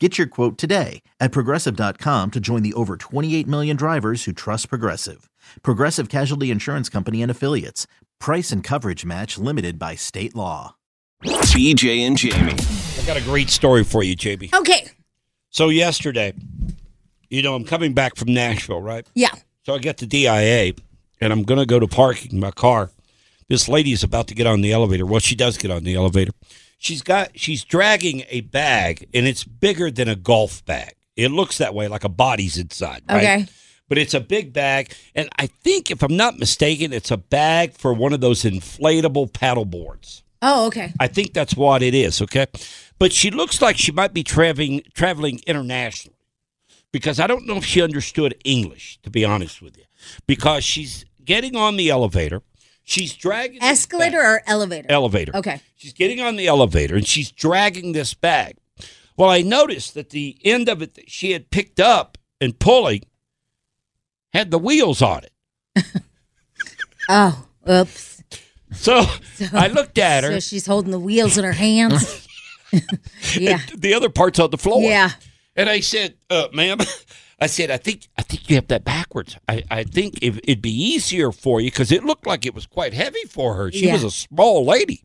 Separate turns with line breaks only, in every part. Get your quote today at progressive.com to join the over 28 million drivers who trust Progressive. Progressive Casualty Insurance Company and Affiliates. Price and coverage match limited by state law.
BJ and Jamie.
I got a great story for you, JB.
Okay.
So yesterday, you know, I'm coming back from Nashville, right?
Yeah.
So I get the DIA, and I'm gonna go to parking my car. This lady's about to get on the elevator. Well, she does get on the elevator. She's got she's dragging a bag, and it's bigger than a golf bag. It looks that way, like a body's inside. Right?
Okay.
But it's a big bag, and I think, if I'm not mistaken, it's a bag for one of those inflatable paddle boards.
Oh, okay.
I think that's what it is. Okay, but she looks like she might be traveling traveling internationally because I don't know if she understood English. To be honest with you, because she's getting on the elevator, she's dragging this
Escalator
bag-
or elevator?
elevator.
Okay.
she's getting on the elevator and she's dragging this bag. Well, I noticed that the end of it that she had picked up and pulling had the wheels on it.
Oh, oops.
So, I looked at her.
So she's holding the wheels in her hands. yeah.
and the other part's on the floor.
Yeah.
And I said, uh, ma'am, I said, I think I think you have that backwards. I, I think if, it'd be easier for you because it looked like it was quite heavy for her. She
Yeah.
was a small lady.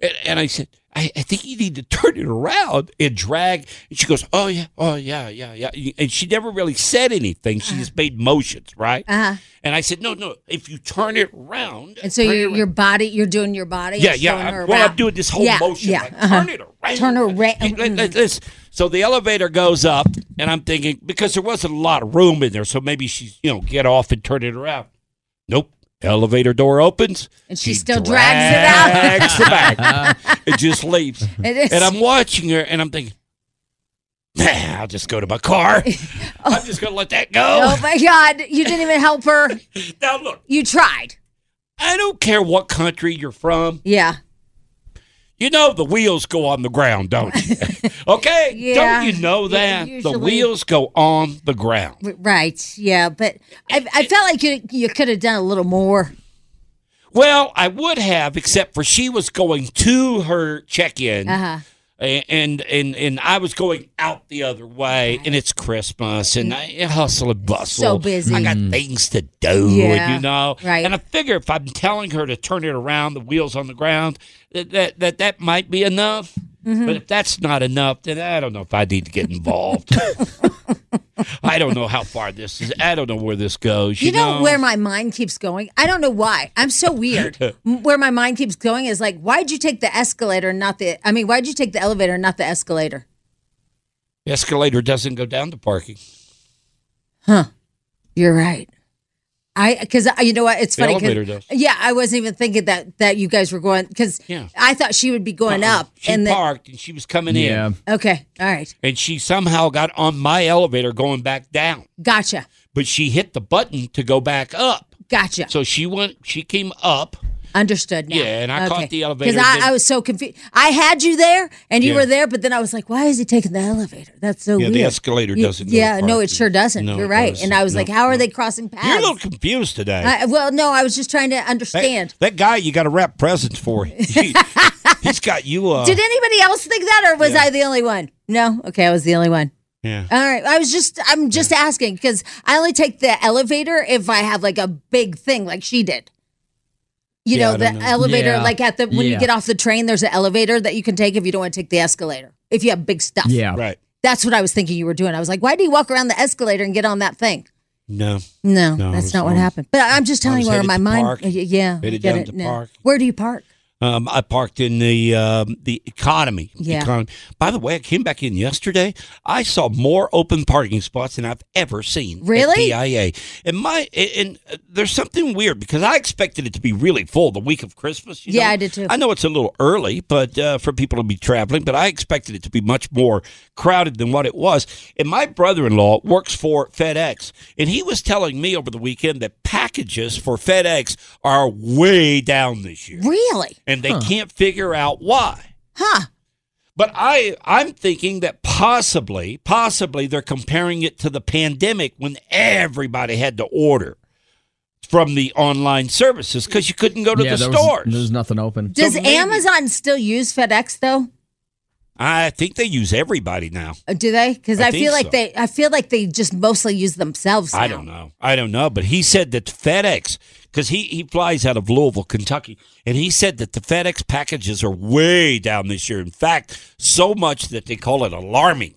And, and I said, I, I think you need to turn it around and drag. And she goes, oh, yeah, oh, yeah, yeah, yeah. And she never really said anything. She just made motions, right?
Uh-huh.
And I said, no, no, if you turn it around.
And so
turn it
your
around."
your body, you're doing your body.
Yeah,
and
yeah.
showing her
I'm, well, I'm
around.
doing this whole
Yeah,
motion.
Yeah.
like,
uh-huh.
Turn it around.
Turn around.
You- let- let- this- So the elevator goes up, and I'm thinking because there wasn't a lot of room in there, so maybe she's you know get off and turn it around. Nope. Elevator door opens,
And she still drags it out.
drags it back. it just leaves.
It is.
And I'm watching her, and I'm thinking, nah, I'll just go to my car. I'm just gonna let that go.
oh my God. You didn't even help her.
Now look,
You tried.
I don't care what country you're from.
Yeah.
You know the wheels go on the ground, don't you? okay,
Yeah.
don't you know that the
usually-
wheels go on the ground?
W- Right. Yeah. But I, I felt like you you could have done a little more.
Well, I would have, except for she was going to her check-in,
Uh-huh.
a- and and and I was going out the other way, and it's Christmas, and I I hustle and bustle,
So busy.
I got things to do,
Yeah,
you know.
right.
And I figure if I'm telling her to turn it around, the wheels on the ground, that that that, that might be enough.
Mm-hmm.
But if that's not enough, then I don't know if I need to get involved. I don't know how far this is. I don't know where this goes. You,
You know, where my mind keeps going? I don't know why. I'm so weird. M- where my mind keeps going is like, why'd you take the escalator, and not the? I mean, why'd you take the elevator, and not the escalator?
The escalator doesn't go down to parking.
You're right. I because you know what? It's
The
funny. 'cause-
elevator does.
Yeah, I wasn't even thinking that that you guys were going because
Yeah. Uh-uh.
I thought she would be going up
She
and then
parked and she was coming in.
okay, all right,
and she somehow got on my elevator going back down
gotcha,
but she hit the button to go back up
gotcha,
so she went she came up
understood now.
Yeah, and I caught the elevator
because I,
then-
I was so confused. I had you there and you
Yeah.
were there, but then I was like, why is he taking the elevator? That's so
Yeah, the
weird.
escalator
Ye-
doesn't go to
Yeah, no, it
parking.
sure doesn't.
No,
You're
it
right.
doesn't.
And I was
No,
like, how are
no.
they crossing paths?
you're a little confused today
I, well, no, I was just trying to understand.
that, that guy you got to wrap presents for he, has got you uh
Did anybody else think that, or was I the only one? No. Okay, I was the only one.
yeah
All right. I was just, I'm just asking because I only take the elevator if I have like a big thing like she did. You
Yeah, I
know, the
don't know.
elevator,
Yeah.
like at the, when you
Yeah.
get off the train, there's an elevator that you can take if you don't want to take the escalator, if you have big stuff.
Yeah.
right
That's what I was thinking you were doing. I was like, why do you walk around the escalator and get on that thing?
No.
No,
No, I
that's
was-
not
I
what
was-
happened. But I'm just telling
was
you where
headed
my
to
mind.
park.
y- Yeah, I
Headed
get
down
it
to
now.
park.
Where do you park?
Um, I parked in the um, the economy.
Yeah.
Economy. By the way, I came back in yesterday. I saw more open parking spots than I've ever seen. at
Really?
DIA. And my and uh, there's something weird because I expected it to be really full the week of Christmas. you
Yeah,
know?
I did too.
I know it's a little early, but uh, for people to be traveling, but I expected it to be much more crowded than what it was. And my brother-in-law works for FedEx, and he was telling me over the weekend that packages for FedEx are way down this year
Really?
and they can't figure out why.
Huh?
But I I'm thinking that possibly possibly they're comparing it to the pandemic when everybody had to order from the online services because you couldn't go to the
there was-
stores.
there was nothing open.
Does
maybe-
Amazon still use FedEx though?
I think they use everybody now.
Uh, Do they? Because
I
I,
think
feel like
so.
they. I feel like they just mostly use themselves.
I
now.
don't know. I don't know. But he said that FedEx, because he, he flies out of Louisville, Kentucky, and he said that the FedEx packages are way down this year. In fact, so much that they call it alarming.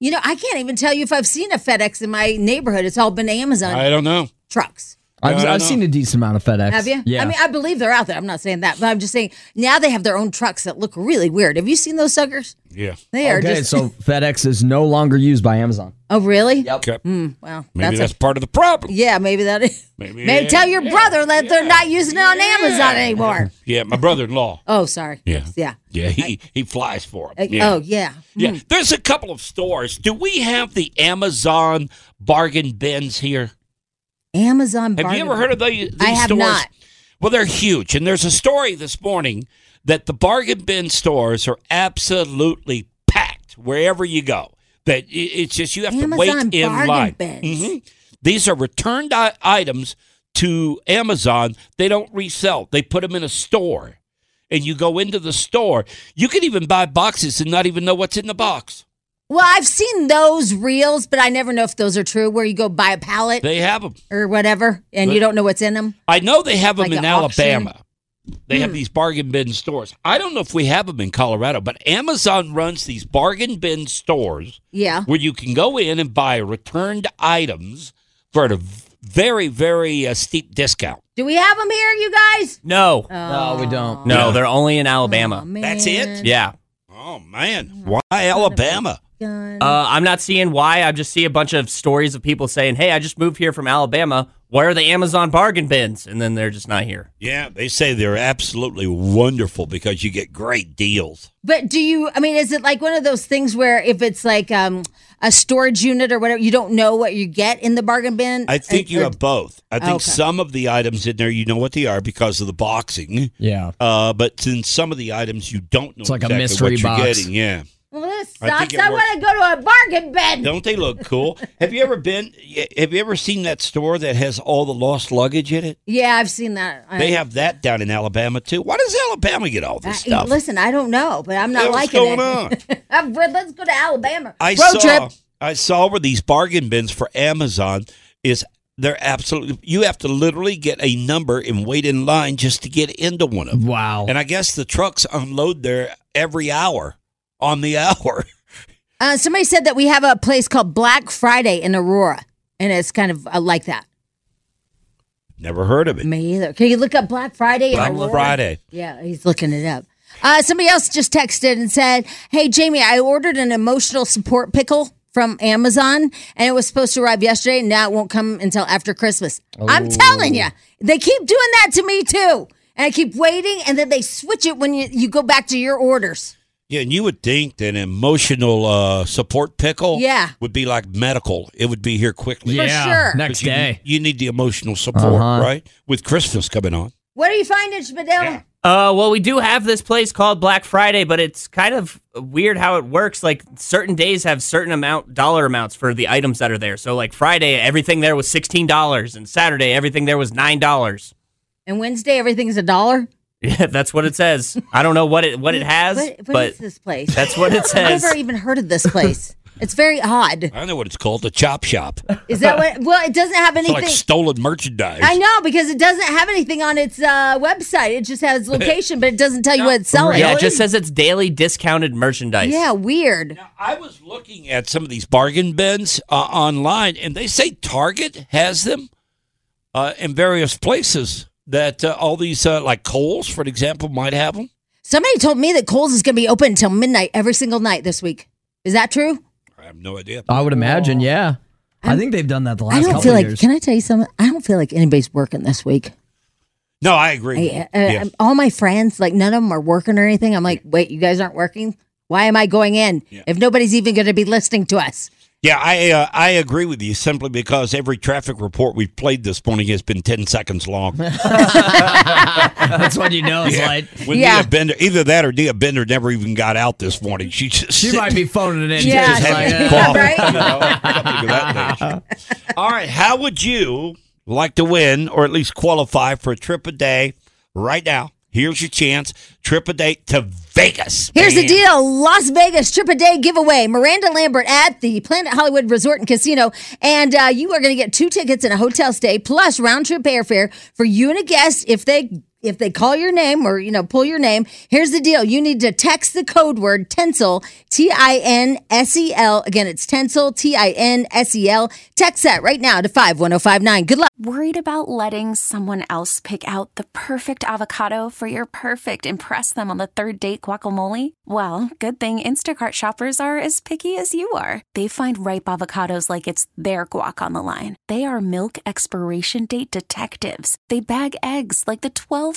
You know, I can't even tell you if I've seen a FedEx in my neighborhood. It's all been Amazon
I don't know.
trucks.
I
I've,
don't
I've
know.
seen a decent amount of FedEx.
Have you?
Yeah.
I mean, I believe they're out there. I'm not saying that, but I'm just saying now they have their own trucks that look really weird. Have you seen those suckers?
Yeah.
They are
okay,
just.
so FedEx is no longer used by Amazon.
oh, really?
Okay.
Wow.
Maybe
a-
that's, part of the problem.
Yeah, maybe that is.
Maybe-
Maybe, tell your brother that they're not using it on Amazon anymore.
Yeah, my brother-in-law.
Oh, sorry.
Yeah.
Yeah.
Yeah, he he flies for
Uh,
him. Yeah.
Oh, yeah.
yeah. There's a couple of stores. Do we have the Amazon bargain bins here?
Amazon.
Have you ever heard of the, these
I have
stores?
not.
Well, they're huge, and there's a story this morning that the bargain bin stores are absolutely packed wherever you go. That i- it's just you have to
Amazon
wait in
bargain
line.
bins.
Mhm. These are returned I- items to Amazon. They don't resell. They put them in a store, and you go into the store. You can even buy boxes and not even know what's in the box.
Well, I've seen those reels, but I never know if those are true. Where you go buy a pallet
They have them.
or whatever, and you don't know what's in them.
I know they have them
Like
in
an auction? Hmm.
Alabama. They have these bargain bin stores. I don't know if we have them in Colorado, but Amazon runs these bargain bin stores
Yeah.
where you can go in and buy returned items for a very, very uh, steep discount.
Do we have them here, you guys?
No.
No, we don't.
No,
Yeah.
they're only in Alabama.
Oh,
That's
man.
it?
yeah.
Oh, man. Why Alabama?
Done.
Uh, I'm not seeing why. I just see a bunch of stories of people saying, hey, I just moved here from Alabama. Where are the Amazon bargain bins? And then they're just not here.
Yeah, they say they're absolutely wonderful because you get great deals.
But do you? I mean, is it like one of those things where if it's like um, a storage unit or whatever, you don't know what you get in the bargain bin? Uh,
I think you
Or-
have both. I think
Okay.
some of the items in there, you know what they are because of the boxing.
Yeah.
Uh, but since some of the items you don't know,
It's like a
exactly
mystery
what
box.
You're getting. Yeah,
Well, this
I think
sucks.
it
I,
works.
want to go to a bargain bin.
don't they look cool? have you ever been? y- Have you ever seen that store that has all the lost luggage in it?
Yeah, I've seen that.
They
I-
have that down in Alabama too. Why does Alabama get all
I-
this stuff?
listen, I don't know, but I'm
Yeah,
not
what's
liking
going
it.
on?
I'm- Let's go to Alabama.
I saw.
Road trip.
I saw where these bargain bins for Amazon is. They're absolutely. You have to literally get a number and wait in line just to get into one of them.
Wow.
And I guess the trucks unload there every hour on the hour.
Uh, somebody said that we have a place called Black Friday in Aurora, and it's kind of uh, like that.
Never heard of it.
Me either. Can you look up Black Friday? in
Black
Aurora?
Friday.
Yeah, he's looking it up. Uh, somebody else just texted and said, "Hey Jamie, I ordered an emotional support pickle from Amazon, and it was supposed to arrive yesterday, and now it won't come until after Christmas."
Oh.
I'm telling you, they keep doing that to me too, and I keep waiting, and then they switch it when you, you go back to your orders.
Yeah, and you would think that emotional uh, support pickle
Yeah.
would be like medical. It would be here quickly.
yeah.
sure.
Next
You,
day.
you need the emotional support,
Uh-huh.
right? With Christmas coming on.
What are you finding, Spadil?
Uh, well, we do have this place called Black Friday, but it's kind of weird how it works. Like certain days have certain amount dollar amounts for the items that are there. So like Friday, everything there was sixteen dollars, and Saturday everything there was nine dollars.
And Wednesday, everything's a dollar.
Yeah, that's what it says. I don't know what it what it has,
What, what
but
is this place?
that's what it
I've
says.
never even heard of this place. It's very odd.
I don't know what it's called. The chop shop. It's
Is that what? Well, it doesn't have anything.
like stolen merchandise.
I know because it doesn't have anything on its uh, website. It just has location, but it doesn't tell you what it's selling.
Yeah, it just says it's daily discounted merchandise.
Yeah, weird.
Now, I was looking at some of these bargain bins uh, online, and they say Target has them uh, in various places. That uh, all these, uh, like Kohl's, for example, might have them.
Somebody told me that Kohl's is going to be open until midnight every single night this week. Is that true?
I have no idea.
I would imagine, yeah. I think they've done that the last
Oh. I don't
couple
feel
of
like.
years.
Can I tell you something? I don't feel like anybody's working this week.
No, I agree.
I, uh,
Yes.
I'm- All my friends, like none of them are working or anything. I'm like, wait, you guys aren't working. Why am I going in if nobody's even going to be listening to us?
Yeah, I uh, I agree with you simply because every traffic report we've played this morning has been ten seconds long.
That's what you know. It's like
When
Yeah.
Nia Bender, either that or Nia Bender never even got out this morning. She just
she might be phoning it in.
Yeah,
too.
just
she-
It's like,
having a
eh.
call. You know,
Right?
something of that nature. All right, how would you like to win or at least qualify for a trip a day right now? Here's your chance: trip a day to Vegas.
Here's the
man.
deal Las Vegas trip a day giveaway. Miranda Lambert at the Planet Hollywood Resort and Casino. And uh, you are going to get two tickets and a hotel stay plus round trip airfare for you and a guest if they. If they call your name or, you know, pull your name, here's the deal. You need to text the code word TENSEL, T I N S E L. Again, it's TENSEL, T I N S E L. Text that right now to 51059. Good luck.
Worried about letting someone else pick out the perfect avocado for your perfect impress them on the third date guacamole? Well, good thing Instacart shoppers are as picky as you are. They find ripe avocados like it's their guac on the line. They are milk expiration date detectives. They bag eggs like the 12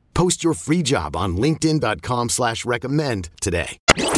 Post your free job on linkedin.com/recommend slash recommend today.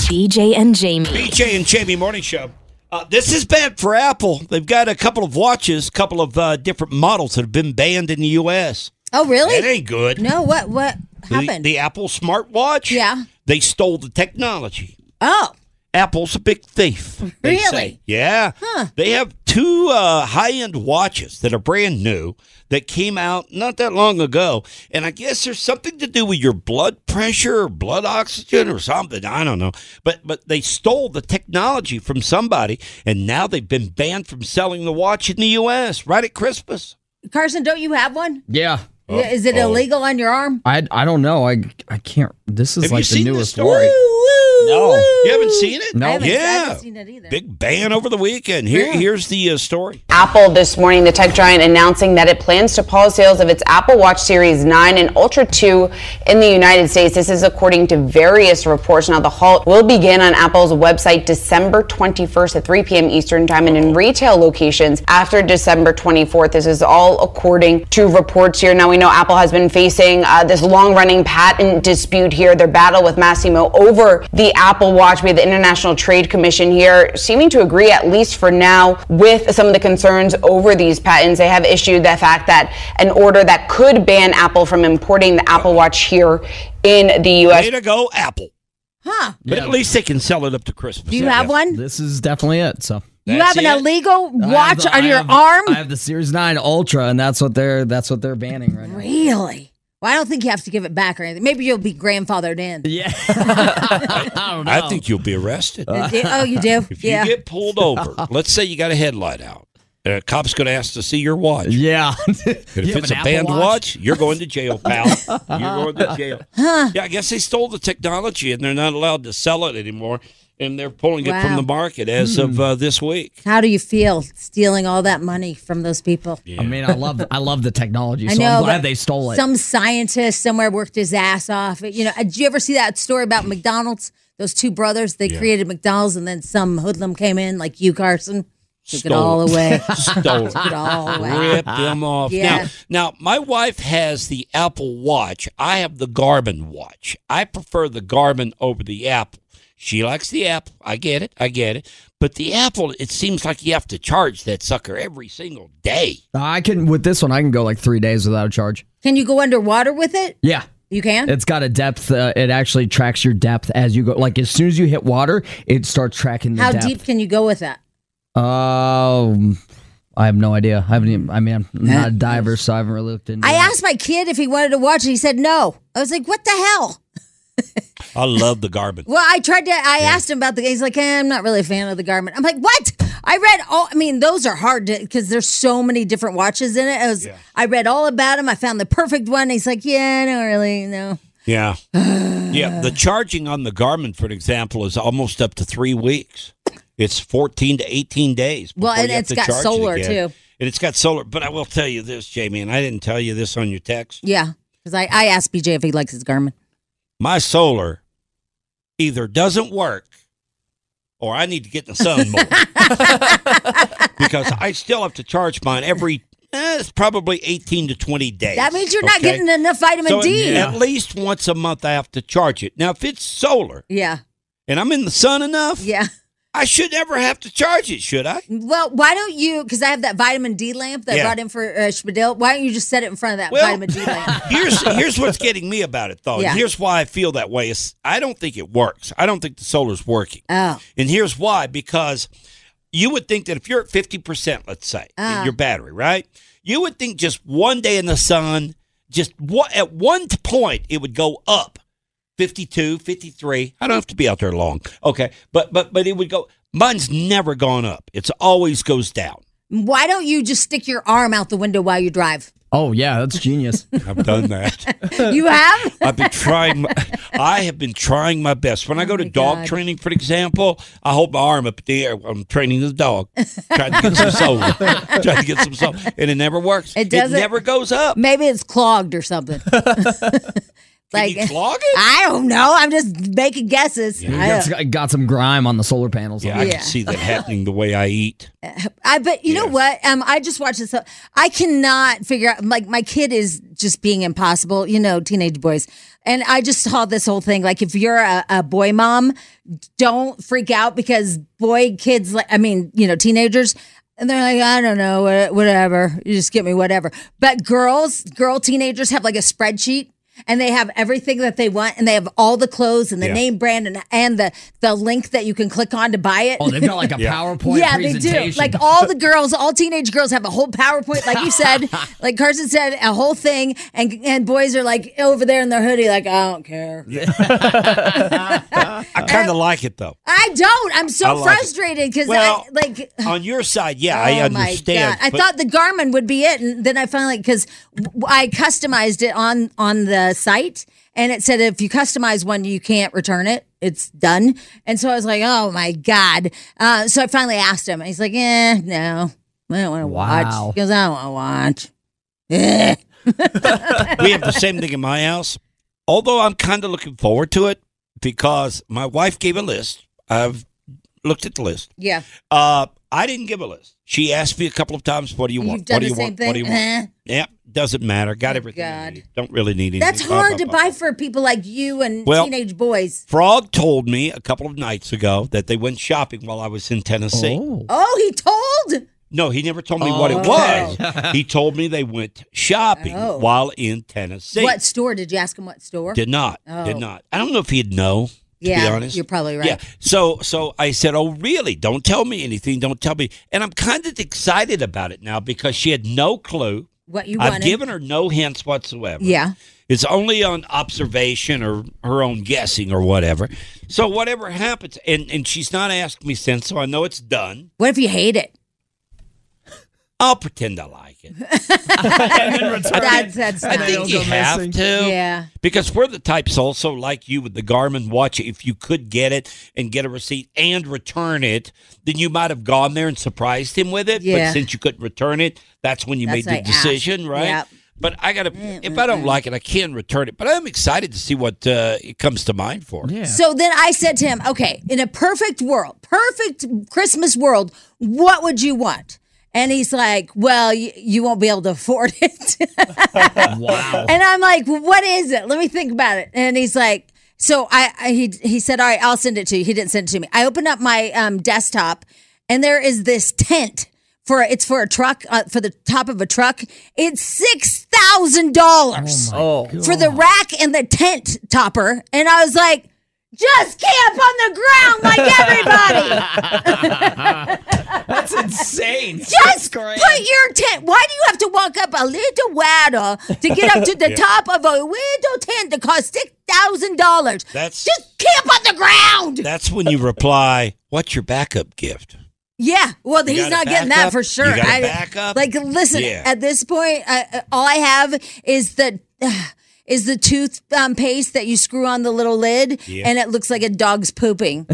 BJ and Jamie.
BJ and Jamie Morning Show. Uh, this is bad for Apple. They've got a couple of watches, couple of uh, different models that have been banned in the U.S.
Oh,
That
really?
ain't good.
No, what what
the,
happened?
the Apple smartwatch.
Yeah.
They stole the technology.
oh,
Apple's a big thief. they
Really?
say. Yeah. They have two uh, high end watches that are brand new that came out not that long ago. And I guess there's something to do with your blood pressure or blood oxygen or something. I don't know. But but they stole the technology from somebody and now they've been banned from selling the watch in the US right at Christmas.
Carson, don't you have one?
yeah.
Oh,
Is it illegal on your arm?
I I don't know. I I can't. This is
Have
like
you seen
the
the
newest
story?
one.
No. You haven't seen it?
No. I haven't-
I
Oh, Yeah.
haven't seen it either.
Big ban over the weekend. Here, Here's the uh, story.
Apple this morning, the tech giant announcing that it plans to pause sales of its Apple Watch Series 9 and Ultra 2 in the United States. This is according to various reports. Now, the halt will begin on Apple's website December 21st at 3 p.m. Eastern Time and in retail locations after December 24th. This is all according to reports here. Now, we know Apple has been facing uh, this long running patent dispute here, their battle with Massimo over the Apple Watch. We have the International Trade Commission here seeming to agree, at least for now, with some of the concerns over these patents. They have issued the fact that an order that could ban Apple from importing the Apple Watch here in the U.S.
Way to go, Apple.
Huh.
But at least they can sell it up to Christmas.
Do you
I
have
guess.
one?
This is definitely it. So
you have an
That's it?
illegal
I have
watch
the-
on
I
your
have-
arm?
I have the Series Nine Ultra, and that's what they're that's what they're banning right now.
really? Well, I don't think you have to give it back or anything. Maybe you'll be grandfathered in.
Yeah. I don't know.
I think you'll be arrested.
oh, you do?
If
yeah.
you get pulled over, let's say you got a headlight out, a cop's going to ask to see your watch.
Yeah.
And if it's a band watch? you're going to jail, pal. you're going to jail. Yeah, I guess they stole the technology and they're not allowed to sell it anymore. And they're pulling it from
Wow.
the market as of uh, this week.
How do you feel stealing all that money from those people?
I mean, I love I love the technology, so
I know.
I'm
but
glad they stole it.
Some scientist somewhere worked his ass off. You know, uh, did you ever see that story about McDonald's? Those two brothers, they created McDonald's, and then some hoodlum came in, like you, Carson, took it all
Stole
away.
Stole
took it
it.
all away.
Rip them off.
Yeah.
Now, now, my wife has the Apple Watch. I have the Garmin watch. I prefer the Garmin over the Apple. She likes the Apple. I get it. I get it. But the Apple, it seems like you have to charge that sucker every single day.
I can with this one, I can go like three days without a charge.
Can you go underwater with it?
Yeah.
You can.
It's got a depth. Uh, it actually tracks your depth as you go. Like as soon as you hit water, it starts tracking the
How
depth.
deep can you go with that?
Um, I have no idea. I haven't. Even, I mean, I'm not a diver, so I haven't really looked into.
I
it.
asked my kid if he wanted to watch it. He said no. I was like, what the hell?
I love the Garmin.
Well, I tried to. I asked him about the. He's like, eh, I'm not really a fan of the garment. I'm like, what? I read all. I mean, those are hard to because there's so many different watches in it. I was. I read all about him. I found the perfect one. He's like, yeah, no, really, no.
Yeah. yeah. The charging on the Garmin, for example, is almost up to three weeks. It's 14 to 18 days.
Well,
before
and
you have
it's
to
got
charge it
solar,
again.
too.
And it's got solar. But I will tell you this, Jamie, and I didn't tell you this on your text.
Yeah, because I I asked BJ if he likes his garment.
My solar either doesn't work or I need to get in the sun more because I still have to charge mine every, eh, it's probably 18 to 20 days.
That means you're not
okay?
getting enough vitamin
So
D.
At least once a month, I have to charge it. Now, if it's solar
Yeah,
and I'm in the sun enough,
yeah.
I should never have to charge it, should I?
Well, why don't you? Because I have that vitamin D lamp that I
Yeah.
brought in for uh, Spadil. Why don't you just set it in front of that
Well-
vitamin D lamp?
Here's here's what's getting me about it though. and
Yeah.
Here's why I feel that way. Is I don't think it works. I don't think the solar's working.
Oh,
And here's why because you would think that if you're at 50%, let's say, in your battery, right? You would think just one day in the sun, just what at one t- point it would go up 52, 53. I don't have to be out there long. Okay. But but but it would go mine's never gone up. It's always goes down.
why don't you just stick your arm out the window while you drive?
Oh yeah, that's genius.
I've done that.
You have.
I've been trying. My, I have been trying my best. When I go to dog
Oh God.
training, for example, I hold my arm up in the air. while I'm training the dog, trying to get some solar, trying to get some solar, and it never works.
It doesn't-
It never goes up.
Maybe it's clogged or something.
Can you clog it?
I don't know. I'm just making guesses. I,
It's got- got some grime on the solar panels.
yeah, I
Yeah.
can see that happening the way I eat.
I but you know what? Um, I just watched this. I cannot figure out. Like my kid is just being impossible. You know, teenage boys. And I just saw this whole thing. Like if you're a, a boy mom, don't freak out because boy kids. Like I mean, you know, teenagers. And they're like, I don't know, wha- whatever. You just get me whatever. But girls, girl teenagers have like a spreadsheet and they have everything that they want and they have all the clothes and the
Yeah.
name brand and, and the, the link that you can click on to buy it
Oh, they've got like a PowerPoint
yeah, they
presentation.
do. Like all the girls, all teenage girls have a whole PowerPoint, like you said, like Carson said, a whole thing, and and boys are like over there in their hoodie, like I don't care.
I kind of like it though.
I don't. I'm so
I like it.
frustrated because
Well,
I like.
On your side, yeah,
oh
I
my
understand.
god! I
but-
thought the Garmin would be it, and then I finally because I customized it on on the site, and it said if you customize one, you can't return it. It's done. And so I was like, oh my god! Uh, so I finally asked him. and He's like, eh, no, I don't want to
Wow.
watch because I don't want to watch. Eh.
we have the same thing in my house. Although I'm kind of looking forward to it because my wife gave a list. I've looked at the list.
Yeah,
Uh, I didn't give a list. She asked me a couple of times, "What do you
You've
want?
done
what do
the
you
same
want?
thing?
What do you want?"
Eh.
Yeah, doesn't matter. Got everything. I
God.
need. Don't really need anything.
that's
Blah,
hard
blah,
to
blah.
buy for people like you and
Well-
teenage boys.
Frog told me a couple of nights ago that they went shopping while I was in Tennessee.
oh.
Oh, he told.
No, he never told me what it
Oh, Okay.
was. he told me they went shopping
Oh.
while in Tennessee.
what store did you ask him? What store?
Did not.
Oh.
Did not. I don't know if he'd know. To
yeah,
be honest.
you're probably right.
Yeah. So so I said, "Oh, really? Don't tell me anything. Don't tell me." And I'm kind of excited about it now because she had no clue.
what you
I've
wanted.
given her no hints whatsoever.
Yeah.
It's only on observation or her own guessing or whatever. So whatever happens, and, and she's not asked me since, so I know it's done.
What if you hate it?
I'll pretend I like it.
That's that's
I
not.
think you have to.
Yeah.
Because we're the types also like you with the Garmin watch. If you could get it and get a receipt and return it, then you might have gone there and surprised him with it.
Yeah.
But since you couldn't return it, that's when you
That's
made
why I
the decision,
asked.
right?
Yep. Mm,
But I gotta. If I don't like it, I can return it. But I'm excited to see what uh, it comes to mind for. Yeah.
So then I said to him, okay, in a perfect world, perfect Christmas world, what would you want? And he's like, well, you, you won't be able to afford it.
Wow.
and I'm like, well, what is it? Let me think about it. And he's like, so I, I he he said, all right, I'll send it to you. He didn't send it to me. I opened up my um, desktop, and there is this tent for it's for a truck uh, for the top of a truck. It's six thousand dollars
Oh.
for the rack and the tent topper, and I was like, just camp on the ground like everybody.
That's insane.
Just put your tent. Why do you have to walk up a little waddle to get up to the top of a little tent that costs six thousand dollars?
That's-
just camp on the ground.
That's when you reply, "What's your backup gift?"
yeah, well, he's
gotta
not getting
back
that
up.
for sure.
You gotta
I-
back up.
Like, listen,
Yeah.
at this point, I, I- all I have is the. is the tooth um, paste that you screw on the little lid and it looks like a dog's pooping.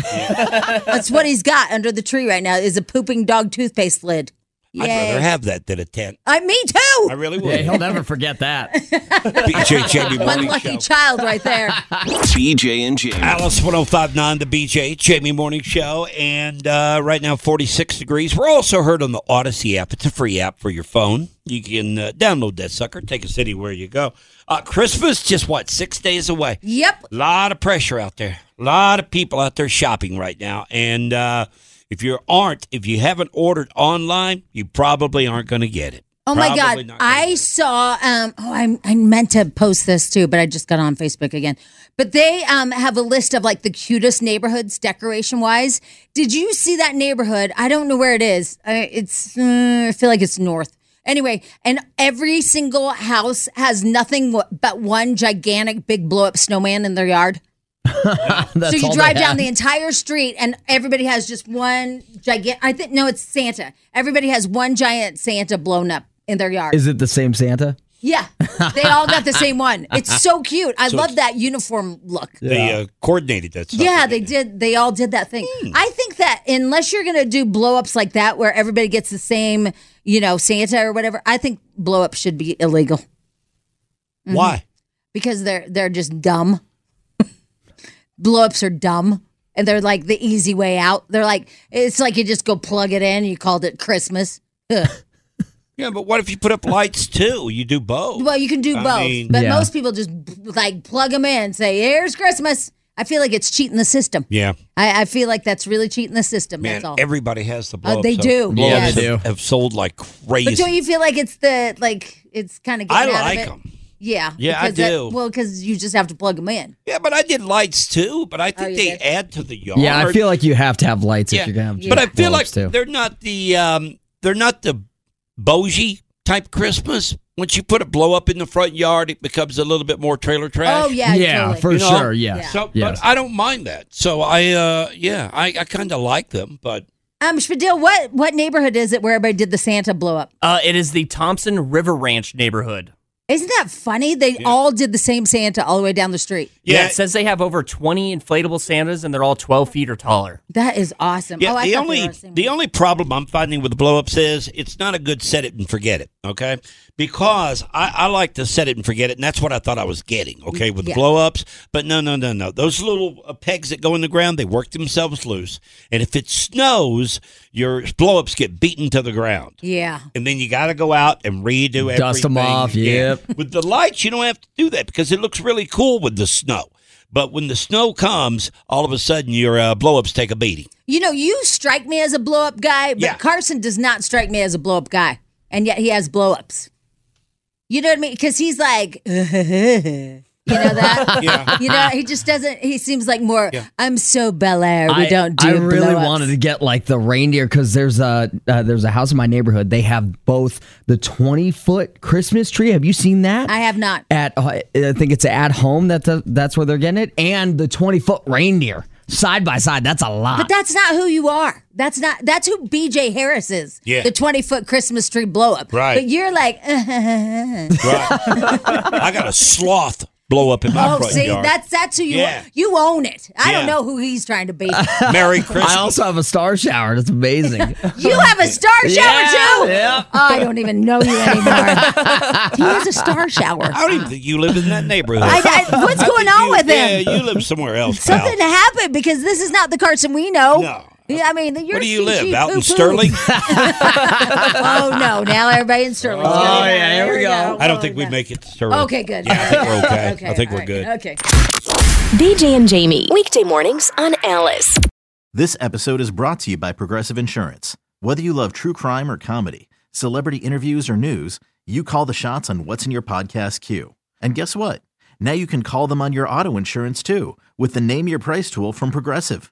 That's what he's got under the tree right now is a pooping dog toothpaste lid.
I'd rather
Yeah.
have that than a tent.
I me too.
I really
Yeah,
would.
he'll never forget that.
BJ Jamie
One
Morning
lucky
Show.
child right there.
BJ and Jamie.
Alice 1059, the BJ, Jamie Morning Show. And uh, right now, 46 degrees. We're also heard on the Odyssey app. It's a free app for your phone. You can uh, download that sucker, take us anywhere you go. Uh, Christmas, just what, six days away?
Yep.
A lot of pressure out there. A lot of people out there shopping right now. And uh, if you aren't, if you haven't ordered online, you probably aren't going to get it.
Oh my
Probably
God.
not gonna get
I
it.
saw, um, oh, I, I meant to post this too, but I just got on Facebook again. But they um, have a list of like the cutest neighborhoods decoration wise. Did you see that neighborhood? I don't know where it is. I, it's, uh, I feel like it's north. Anyway, and every single house has nothing wh- but one gigantic big blow up snowman in their yard.
That's
so
all
you
they
drive down
had.
the entire street and everybody has just one giant i think no it's santa everybody has one giant santa blown up in their yard
Is it the same Santa?
yeah they all got the same one it's so cute i love that uniform look yeah,
They uh, coordinated that sucker.
they did they all did that thing i think that unless you're gonna do blow-ups like that where everybody gets the same you know santa or whatever i think blow-ups should be illegal
Why?
because they're they're just dumb. Blowups are dumb, and they're like the easy way out. They're like it's like you just go plug it in. and You called it Christmas. Ugh.
Yeah, but what if you put up lights too? You do both.
Well, you can do
I
both,
mean-
but
Yeah.
most people just like plug them in. Say here's Christmas. I feel like it's cheating the system.
yeah.
I, I feel like that's really cheating the system.
Man,
that's all. Uh,
everybody has the blow
they do.
Blow
Yeah,
they do.
have, have sold like
but
crazy.
don't you feel like it's the like it's kind of
I
getting out
like
of it?
them.
Yeah,
Yeah, I
because that-
do.
well, because you just have to plug them in.
Yeah, but I did lights too. But I think
Oh, you
they
did?
add to the yard.
Yeah, I feel like you have to have lights if you're gonna have.
but I feel like
bulbs, too.
they're not the um, they're not the bougie type Christmas. Once you put a blow up in the front yard, it becomes a little bit more trailer trash.
Oh yeah,
yeah,
totally.
for
You know,
sure. Yes.
So,
yes.
but I don't mind that. So I, uh, yeah, I, I kind of like them. But
Um, Spadil, what what neighborhood is it where everybody did the Santa blow up?
Uh, it is the Thompson River Ranch neighborhood.
Isn't that funny? They all did the same Santa all the way down the street.
Yeah,
Yeah.
it says they have over 20 inflatable Santas and they're all 12 feet or taller.
That is awesome.
Yeah,
oh, I
the
thought they
only
were same
the
one.
only problem I'm finding with the blow ups is it's not a good set it and forget it. Okay, because I, I like to set it and forget it, and that's what I thought I was getting. Okay, with
Yeah.
the blow ups, but no, no, no, no. Those little uh, pegs that go in the ground, they work themselves loose, and if it snows, your blow ups get beaten to the ground.
Yeah.
And then you got to go out and redo everything.
Dust 'em off,
again.
yep.
With the lights, you don't have to do that because it looks really cool with the snow. But when the snow comes, all of a sudden your uh, blow ups take a beating.
You know, you strike me as a blow up guy, but
Yeah.
Carson does not strike me as a blow up guy. And yet he has blow ups. You know what I mean? Because he's like, You know that?
Yeah.
You know, he just doesn't. He seems like more. I'm so Bel Air. We
I,
don't do.
I really
blow-ups."
wanted to get like the reindeer because there's a uh, there's a house in my neighborhood. They have both the 20 foot Christmas tree. Have you seen that?
I have not.
at uh, I think it's at home that the, that's where they're getting it, and the 20 foot reindeer side by side. That's a lot.
But that's not who you are. That's not. That's who B.J. Harris is.
Yeah.
The 20 foot Christmas tree blow up.
Right.
But you're like.
Right. I got a sloth blow up in my
Oh,
front
see,
yard.
that's that's who you
Yeah.
are. You own it. I don't
Yeah.
know who he's trying to be.
Merry Christmas.
I also have a star shower. That's amazing.
You have a star shower
Yeah,
too. Oh,
yeah.
I don't even know you anymore. he has a star shower.
I don't even think you live in that neighborhood.
I- I- what's
I
going
think
on
you-
with him?
Yeah, you live somewhere else. pal.
Something happened because this is not the Carson we know.
No.
Yeah, I mean, you're
Where do you
she
live? Out in
poo-poo.
Sterling?
oh no! Now everybody in Sterling. Oh
yeah, here we go.
I don't think we make it to Sterling.
Okay, good.
Yeah, I think we're okay. I think
all
we're
right.
good.
Okay.
BJ and Jamie, weekday mornings on Alice.
This episode is brought to you by Progressive Insurance. Whether you love true crime or comedy, celebrity interviews or news, you call the shots on what's in your podcast queue. And guess what? Now you can call them on your auto insurance too with the Name Your Price tool from Progressive.